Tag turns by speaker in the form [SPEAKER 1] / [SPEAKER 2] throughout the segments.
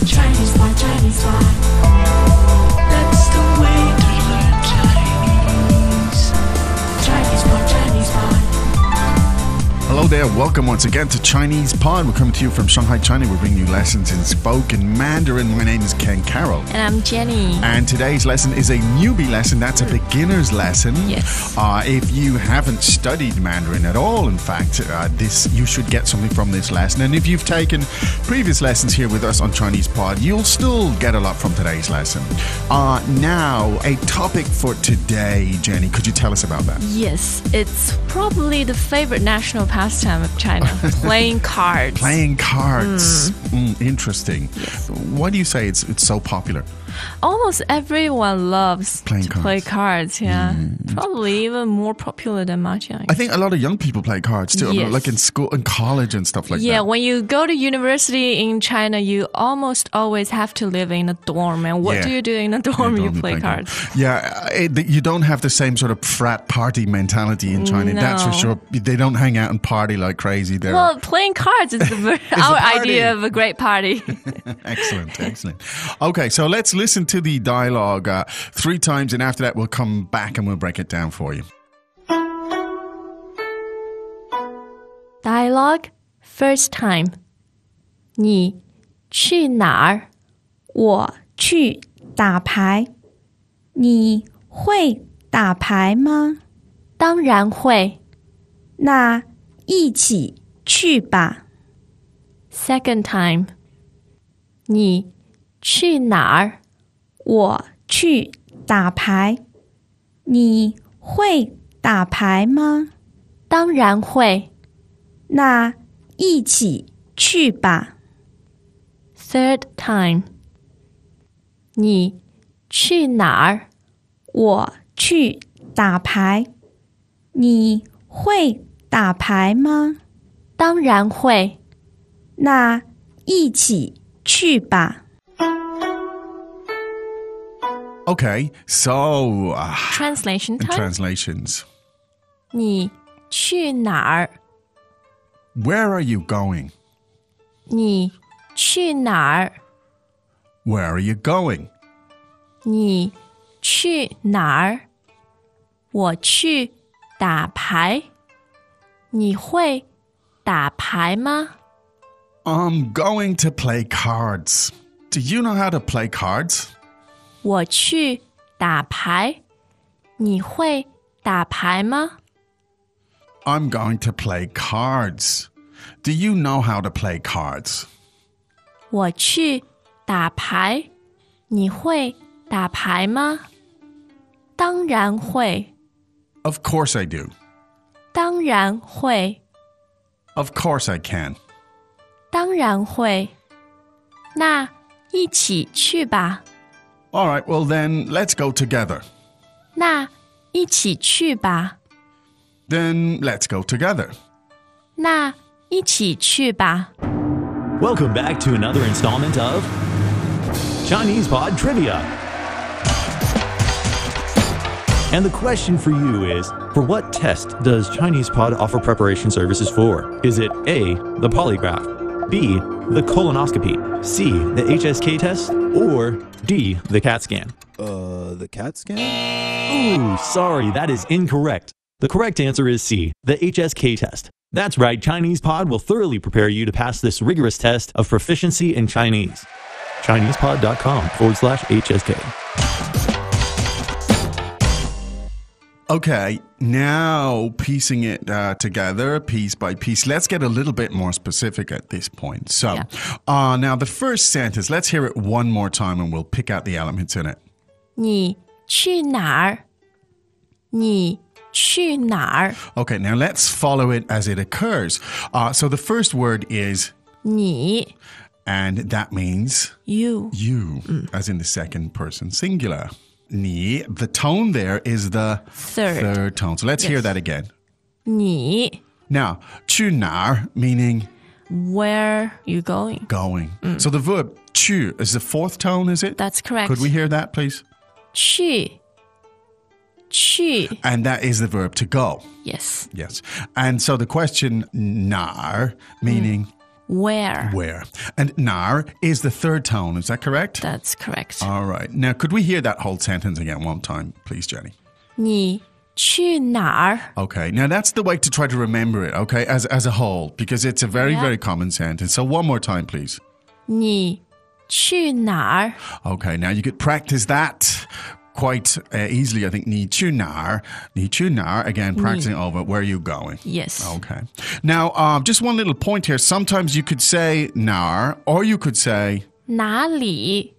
[SPEAKER 1] my Chinese life. That's the way to learn Chinese. Chinese by Chinese by.
[SPEAKER 2] Hello there, welcome once again to Chinese Pod. We're coming to you from Shanghai, China. We're bringing you lessons in spoken Mandarin. My name is Ken Carroll.
[SPEAKER 3] And I'm Jenny.
[SPEAKER 2] And today's lesson is a newbie lesson. That's a beginner's lesson.
[SPEAKER 3] Yes.
[SPEAKER 2] Uh, if you haven't studied Mandarin at all, in fact, uh, this you should get something from this lesson. And if you've taken previous lessons here with us on Chinese Pod, you'll still get a lot from today's lesson. Uh, now, a topic for today, Jenny. Could you tell us about that?
[SPEAKER 3] Yes, it's probably the favorite national pastime of China playing cards.
[SPEAKER 2] Playing cards.
[SPEAKER 3] Hmm.
[SPEAKER 2] Mm, interesting. Why do you say it's it's so popular?
[SPEAKER 3] Almost everyone loves
[SPEAKER 2] Playing
[SPEAKER 3] to play
[SPEAKER 2] cards.
[SPEAKER 3] cards, Mm. yeah. Probably even more popular than mahjong.
[SPEAKER 2] I think a lot of young people play cards too. I mean,
[SPEAKER 3] Yes.
[SPEAKER 2] like in school and college and stuff like
[SPEAKER 3] yeah,
[SPEAKER 2] that.
[SPEAKER 3] when you go to university in China, you almost always have to live in a dorm. And what
[SPEAKER 2] Yeah.
[SPEAKER 3] do you do in a dorm?
[SPEAKER 2] Yeah,
[SPEAKER 3] you
[SPEAKER 2] dorm,
[SPEAKER 3] play cards.
[SPEAKER 2] Yeah, uh, it, you don't have the same sort of frat party mentality in China. That's for
[SPEAKER 3] No.
[SPEAKER 2] sure. They don't hang out and party like crazy. They're
[SPEAKER 3] Well, playing cards is the, ver- our
[SPEAKER 2] party.
[SPEAKER 3] idea of a great party.
[SPEAKER 2] excellent, excellent. Okay, so let's listen to the dialogue uh, three times, and after that, we'll come back and we'll break it down for you.
[SPEAKER 3] Dialogue first time. 你去哪儿？
[SPEAKER 4] 我去打牌，你会打牌吗？
[SPEAKER 3] 当然会。
[SPEAKER 4] 那一起去吧。
[SPEAKER 3] Second time. 你去哪儿？
[SPEAKER 4] 我去打牌，你会打牌吗？
[SPEAKER 3] 当然会。
[SPEAKER 4] 那一起去吧。
[SPEAKER 3] Third time. 你去哪儿？
[SPEAKER 4] 我去打牌，你会打牌吗？
[SPEAKER 3] 当然会。
[SPEAKER 4] 那一起去吧。
[SPEAKER 2] Okay, so uh,
[SPEAKER 3] Translation
[SPEAKER 2] in
[SPEAKER 3] time.
[SPEAKER 2] translations.
[SPEAKER 3] 你去哪儿？
[SPEAKER 2] Where are you going?
[SPEAKER 3] 你去哪儿？
[SPEAKER 2] Where are you going?
[SPEAKER 3] 你去哪儿？我去打牌。你会打牌吗？
[SPEAKER 2] I'm going to play cards. Do you know how to play cards?
[SPEAKER 3] 我去打牌。你会打牌吗？
[SPEAKER 2] I'm going to play cards. Do you know how to play cards?
[SPEAKER 3] 我去打牌。你会打牌吗？当然会，
[SPEAKER 2] Of course I do.
[SPEAKER 3] 当然会，
[SPEAKER 2] Of course I can.
[SPEAKER 3] 当然会。那一起去吧。
[SPEAKER 2] All right, well then, let's go together.
[SPEAKER 3] 那一起去吧。
[SPEAKER 2] Then let's go together.
[SPEAKER 3] 那一起去吧。
[SPEAKER 5] Welcome back to another installment of Chinese Pod Trivia. And the question for you is For what test does Chinese Pod offer preparation services for? Is it A, the polygraph, B, the colonoscopy, C, the HSK test, or D, the CAT scan?
[SPEAKER 6] Uh, the cat scan?
[SPEAKER 5] Ooh, sorry, that is incorrect. The correct answer is C, the HSK test. That's right, Chinese Pod will thoroughly prepare you to pass this rigorous test of proficiency in Chinese. ChinesePod.com forward slash HSK.
[SPEAKER 2] Okay, now piecing it uh, together piece by piece. Let's get a little bit more specific at this point. So, uh, now the first sentence, let's hear it one more time and we'll pick out the elements in it.
[SPEAKER 3] 你去哪儿？你去哪儿？
[SPEAKER 2] Okay, now let's follow it as it occurs. Uh, so the first word is,
[SPEAKER 3] 你
[SPEAKER 2] and that means
[SPEAKER 3] you
[SPEAKER 2] you,
[SPEAKER 3] Mm.
[SPEAKER 2] as in the second person singular. Ni, the tone there is the
[SPEAKER 3] Third.
[SPEAKER 2] third tone. So let's hear
[SPEAKER 3] Yes.
[SPEAKER 2] that again.
[SPEAKER 3] 你
[SPEAKER 2] Now, chunar meaning
[SPEAKER 3] where you going？
[SPEAKER 2] going. So the verb chu is the fourth tone, is it?
[SPEAKER 3] Mm. That's correct.
[SPEAKER 2] Could we hear that, please?
[SPEAKER 3] 去去
[SPEAKER 2] And that is the verb to go.
[SPEAKER 3] yes Mm.
[SPEAKER 2] Yes. And so the question nar meaning
[SPEAKER 3] where.
[SPEAKER 2] Where? And nar is the third tone. Is that correct?
[SPEAKER 3] That's correct.
[SPEAKER 2] All right. Now, could we hear that whole sentence again one time, please, Jenny?
[SPEAKER 3] 你去哪儿？
[SPEAKER 2] Okay. Now, that's the way to try to remember it, okay, as, as a whole, because it's a very,
[SPEAKER 3] Yeah.
[SPEAKER 2] very common sentence. So, one more time, please.
[SPEAKER 3] 你去哪儿？
[SPEAKER 2] Okay. Now, you could practice that quite uh, easily, I think. Ni chu nar. Ni chu nar. Again, practicing over where are you going?
[SPEAKER 3] Yes.
[SPEAKER 2] Okay. Now, um, just one little point here. Sometimes you could say nar, or you could say
[SPEAKER 3] 哪里？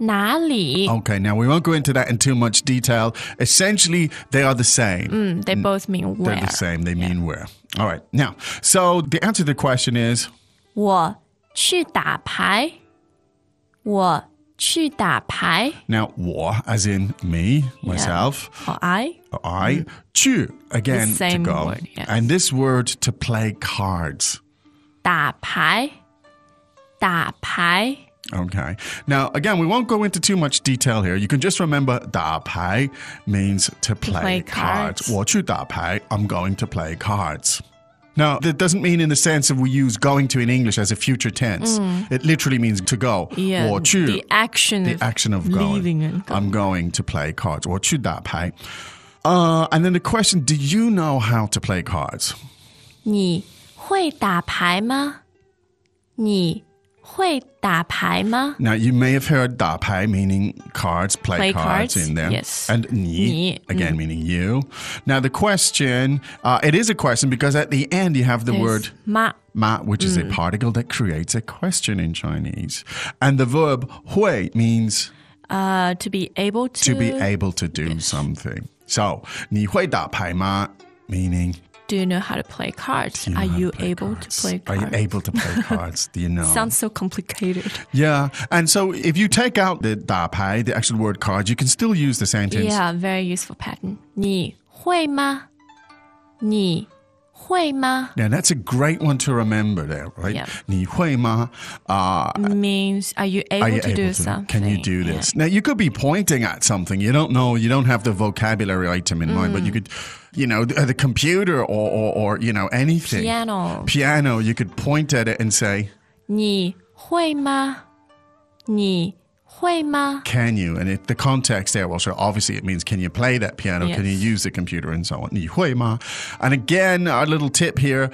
[SPEAKER 3] 哪里？
[SPEAKER 2] Okay, now we won't go into that in too much detail. Essentially, they are the same.
[SPEAKER 3] Mm, they both mean
[SPEAKER 2] They're
[SPEAKER 3] where.
[SPEAKER 2] the same. They mean where. All right. Now, so the answer to the question is
[SPEAKER 3] 我去打牌。我去打牌。
[SPEAKER 2] now war, as in me, myself,
[SPEAKER 3] 和 I
[SPEAKER 2] I, chu, again,
[SPEAKER 3] Mm-hmm. The same
[SPEAKER 2] to go.
[SPEAKER 3] word, yes.
[SPEAKER 2] And this word to play cards.
[SPEAKER 3] 打牌。打牌。
[SPEAKER 2] Okay. Now, again, we won't go into too much detail here. You can just remember da pai means to play,
[SPEAKER 3] play
[SPEAKER 2] cards.
[SPEAKER 3] cards.
[SPEAKER 2] 我去打牌, I'm going to play cards. Now, that doesn't mean in the sense of we use going to in English as a future tense. It literally means to go.
[SPEAKER 3] Mm. Yeah.
[SPEAKER 2] 我去,
[SPEAKER 3] The action.
[SPEAKER 2] the
[SPEAKER 3] of
[SPEAKER 2] action of going.
[SPEAKER 3] Leaving and going.
[SPEAKER 2] I'm going to play cards. 我去打牌. Uh, and then the question, do you know how to play cards?
[SPEAKER 3] 你会打牌吗？你会打牌吗？
[SPEAKER 2] Now you may have heard da pai meaning cards, play,
[SPEAKER 3] Play
[SPEAKER 2] cards,
[SPEAKER 3] cards,
[SPEAKER 2] in there.
[SPEAKER 3] yes.
[SPEAKER 2] And ni,
[SPEAKER 3] Ni, Mm.
[SPEAKER 2] again meaning you. Now the question, uh, it is a question because at the end you have the word
[SPEAKER 3] 妈
[SPEAKER 2] ma, which is a
[SPEAKER 3] Mm.
[SPEAKER 2] particle that creates a question in Chinese, and the verb hui means
[SPEAKER 3] uh, to be able to,
[SPEAKER 2] to be able to do something. So ni hui da pai ma meaning
[SPEAKER 3] do you know how to play cards?
[SPEAKER 2] do you know
[SPEAKER 3] Are
[SPEAKER 2] how to
[SPEAKER 3] you
[SPEAKER 2] play
[SPEAKER 3] able
[SPEAKER 2] cards?
[SPEAKER 3] to play cards?
[SPEAKER 2] Are you able to play cards? Do you know?
[SPEAKER 3] Sounds so complicated.
[SPEAKER 2] yeah. And so if you take out the da pai, the actual word cards, you can still use the sentence.
[SPEAKER 3] Yeah, very useful pattern. 你会吗？你会吗
[SPEAKER 2] Now that's a great one to remember there, right?
[SPEAKER 3] Yeah.
[SPEAKER 2] 你会吗? Uh,
[SPEAKER 3] means are you able
[SPEAKER 2] are you
[SPEAKER 3] to
[SPEAKER 2] able
[SPEAKER 3] do
[SPEAKER 2] to-
[SPEAKER 3] something?
[SPEAKER 2] Can you do
[SPEAKER 3] Yeah.
[SPEAKER 2] this? Now you could be pointing at something. You don't know. You don't have the vocabulary item in mind,
[SPEAKER 3] Mm.
[SPEAKER 2] but you could, you know, the, the computer or, or or you know anything.
[SPEAKER 3] Piano.
[SPEAKER 2] Piano. You could point at it and say,
[SPEAKER 3] 你会吗？你会吗？
[SPEAKER 2] "Can you?" And it, the context there, well, so obviously it means, "Can you play that piano? Can you
[SPEAKER 3] Yes.
[SPEAKER 2] use the computer?" And so on. 你会吗? And again, our little tip here: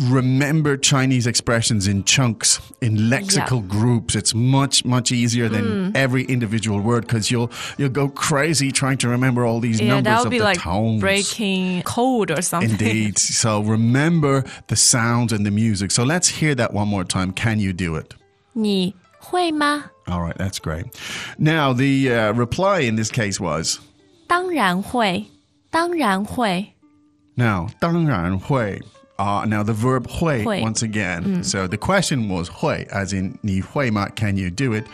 [SPEAKER 2] remember Chinese expressions in chunks, in lexical groups. It's much much easier than
[SPEAKER 3] Mm.
[SPEAKER 2] every individual word because you'll you'll go crazy trying to remember all these
[SPEAKER 3] Yeah,
[SPEAKER 2] numbers
[SPEAKER 3] that would
[SPEAKER 2] of
[SPEAKER 3] be
[SPEAKER 2] the
[SPEAKER 3] like
[SPEAKER 2] tones.
[SPEAKER 3] breaking code or something.
[SPEAKER 2] Indeed. so remember the sounds and the music. So let's hear that one more time. Can you do it?
[SPEAKER 3] 你会吗？
[SPEAKER 2] All right, that's great. Now, the uh, reply in this case was
[SPEAKER 3] 当然会，当然会。
[SPEAKER 2] now, 当然会. Uh, now, the verb 会,
[SPEAKER 3] 会.
[SPEAKER 2] once again. So the question was 会, as in 你会吗? Can you do it?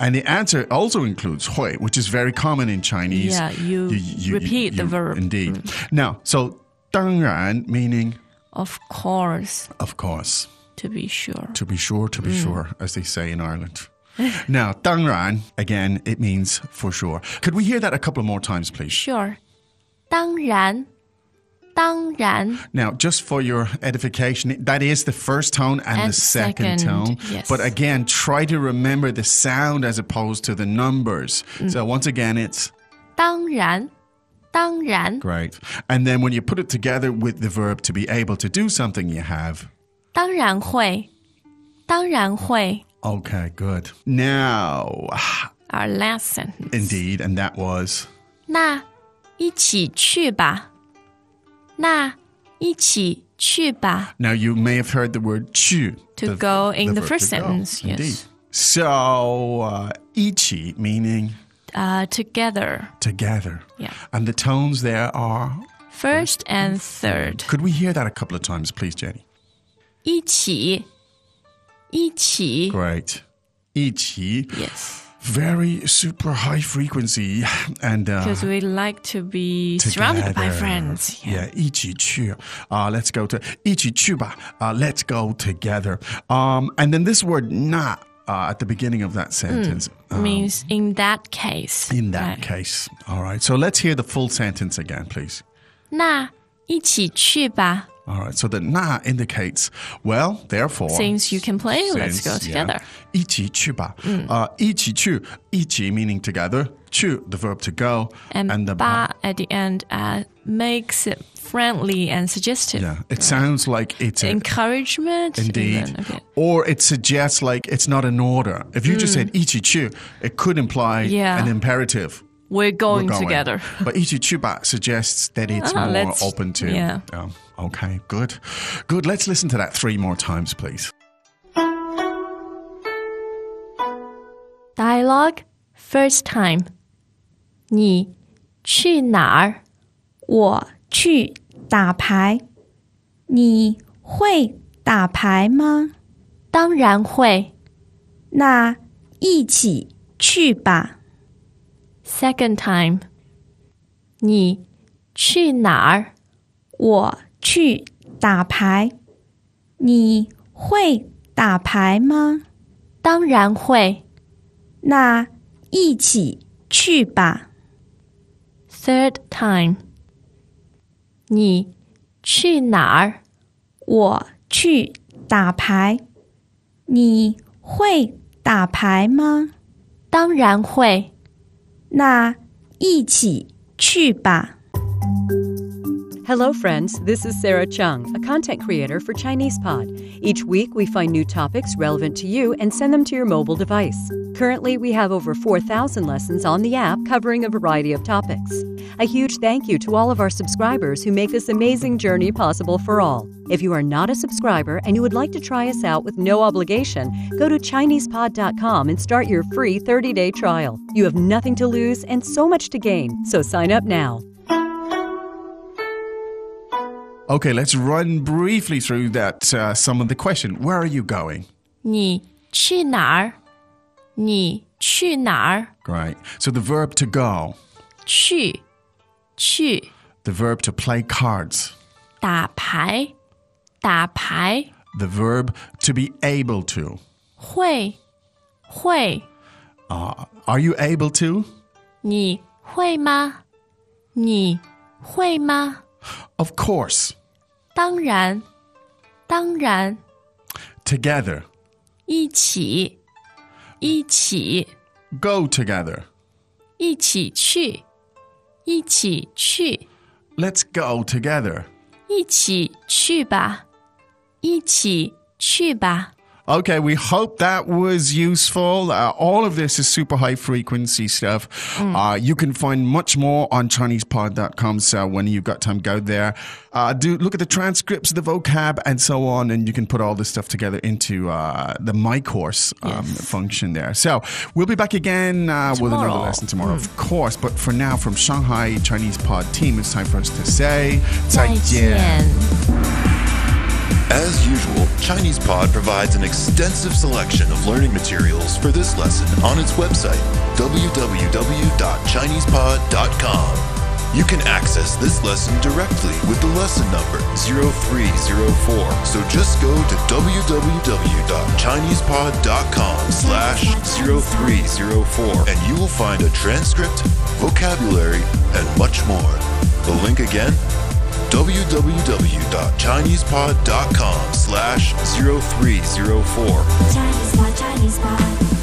[SPEAKER 2] And the answer also includes 会, which is very common in Chinese.
[SPEAKER 3] Yeah, you repeat the verb. Mm.
[SPEAKER 2] Indeed. Now, so 当然 meaning
[SPEAKER 3] Of course,
[SPEAKER 2] of course,
[SPEAKER 3] to be sure.
[SPEAKER 2] to be sure, to be
[SPEAKER 3] Mm.
[SPEAKER 2] sure, as they say in Ireland. now, 当然, again, it means for sure. Could we hear that a couple more times, please?
[SPEAKER 3] Sure. 当然，当然，
[SPEAKER 2] Now, just for your edification, that is the first tone and,
[SPEAKER 3] And
[SPEAKER 2] the second, tone.
[SPEAKER 3] second, yes.
[SPEAKER 2] But again, try to remember the sound as opposed to the numbers.
[SPEAKER 3] Mm.
[SPEAKER 2] So once again, it's
[SPEAKER 3] 当然，当然，
[SPEAKER 2] great. And then when you put it together with the verb to be able to do something, you have
[SPEAKER 3] 当然会，当然会。
[SPEAKER 2] okay, good. Now,
[SPEAKER 3] Our last sentence.
[SPEAKER 2] indeed, and that was
[SPEAKER 3] 那一起去吧。那一起去吧。
[SPEAKER 2] now you may have heard the word chu
[SPEAKER 3] To
[SPEAKER 2] the-
[SPEAKER 3] go in the
[SPEAKER 2] verb
[SPEAKER 3] first
[SPEAKER 2] to go.
[SPEAKER 3] sentence, yes.
[SPEAKER 2] Indeed. So uh, ichi meaning
[SPEAKER 3] Uh, together.
[SPEAKER 2] together,
[SPEAKER 3] Yeah.
[SPEAKER 2] and the tones there are
[SPEAKER 3] First and third.
[SPEAKER 2] Could we hear that a couple of times, please, Jenny?
[SPEAKER 3] 一起，一起。
[SPEAKER 2] Great. Ichi,
[SPEAKER 3] Yes.
[SPEAKER 2] very super high frequency and uh,
[SPEAKER 3] Because we like to be surrounded by
[SPEAKER 2] together.
[SPEAKER 3] friends. Yeah.
[SPEAKER 2] Yeah, ichi chu. Uh, let's go to ichi chuba. Uh, let's go together. Um, and then this word na uh, at the beginning of that sentence. Uh,
[SPEAKER 3] Means in that case.
[SPEAKER 2] in that
[SPEAKER 3] Mm. right?
[SPEAKER 2] case. All right. So let's hear the full sentence again, please.
[SPEAKER 3] 那一起去吧。
[SPEAKER 2] All right, so the na indicates, well, therefore.
[SPEAKER 3] Since you can play, let's go
[SPEAKER 2] since, yeah.
[SPEAKER 3] together. Mm.
[SPEAKER 2] 一起去吧. Uh, 一起去,一起 meaning together, 去, the verb to go,
[SPEAKER 3] And,
[SPEAKER 2] the
[SPEAKER 3] ba at the end uh, makes it friendly and suggestive.
[SPEAKER 2] Yeah, it sounds like it's a,
[SPEAKER 3] Encouragement.
[SPEAKER 2] Indeed.
[SPEAKER 3] even, okay. Mm.
[SPEAKER 2] Or it suggests like it's not an order. If you just said ichichu, it could imply
[SPEAKER 3] Yeah.
[SPEAKER 2] an imperative.
[SPEAKER 3] We're
[SPEAKER 2] We're
[SPEAKER 3] going,
[SPEAKER 2] going.
[SPEAKER 3] together.
[SPEAKER 2] but ichichuba suggests that it's
[SPEAKER 3] Ah,
[SPEAKER 2] more
[SPEAKER 3] let's-
[SPEAKER 2] open to.
[SPEAKER 3] yeah.
[SPEAKER 2] okay, good. Good. Let's listen to that three more times, please.
[SPEAKER 3] Dialogue first time. 你去哪儿？
[SPEAKER 4] 我去打牌。你会打牌吗？
[SPEAKER 3] 当然会。
[SPEAKER 4] 那一起去吧。
[SPEAKER 3] Second time. 你去哪儿？
[SPEAKER 4] 我去打牌。你会打牌吗？
[SPEAKER 3] 当然会。
[SPEAKER 4] 那一起去吧。
[SPEAKER 3] Third time. 你去哪儿？
[SPEAKER 4] 我去打牌。你会打牌吗？
[SPEAKER 3] 当然会。
[SPEAKER 4] 那一起去吧。
[SPEAKER 7] Hello, friends. This is Sarah Chung, a content creator for Chinese Pod. Each week, we find new topics relevant to you and send them to your mobile device. Currently, we have over 4,000 lessons on the app covering a variety of topics. A huge thank you to all of our subscribers who make this amazing journey possible for all. If you are not a subscriber and you would like to try us out with no obligation, go to ChinesePod.com and start your free 30 day trial. You have nothing to lose and so much to gain, so sign up now.
[SPEAKER 2] Okay, let's run briefly through that. Uh, some of the question Where are you going?
[SPEAKER 3] 你去哪儿？你去哪儿？
[SPEAKER 2] Great. So the verb to go,
[SPEAKER 3] 去去
[SPEAKER 2] the verb to play cards,
[SPEAKER 3] 打牌，打牌
[SPEAKER 2] the verb to be able to.
[SPEAKER 3] 会会。
[SPEAKER 2] Uh, are you able to?
[SPEAKER 3] 你会吗？你会吗？
[SPEAKER 2] Of course.
[SPEAKER 3] 当然，当然，
[SPEAKER 2] Together.
[SPEAKER 3] 一起，一起，
[SPEAKER 2] Go together.
[SPEAKER 3] 一起去，一起去，
[SPEAKER 2] Let's go together.
[SPEAKER 3] 一起去吧，一起去吧。
[SPEAKER 2] Okay, we hope that was useful. Uh, all of this is super high frequency stuff. Uh, you can find much more on ChinesePod.com. So when you've got time, go there. Uh, do look at the transcripts, the vocab, and so on, and you can put all this stuff together into uh, the My Course um, function there. So we'll be back again uh, with another
[SPEAKER 3] Tomorrow.
[SPEAKER 2] lesson tomorrow, of course. But for now, from Shanghai Chinese Pod team, it's time for us to say
[SPEAKER 3] 再见。
[SPEAKER 8] As usual, ChinesePod provides an extensive selection of learning materials for this lesson on its website, www.chinesepod.com. You can access this lesson directly with the lesson number 0304. So just go to www.chinesepod.com slash 0304 and you will find a transcript, vocabulary, and much more. The link again www.chinesepod.com slash 0304
[SPEAKER 1] Chinese pot, Chinese pot.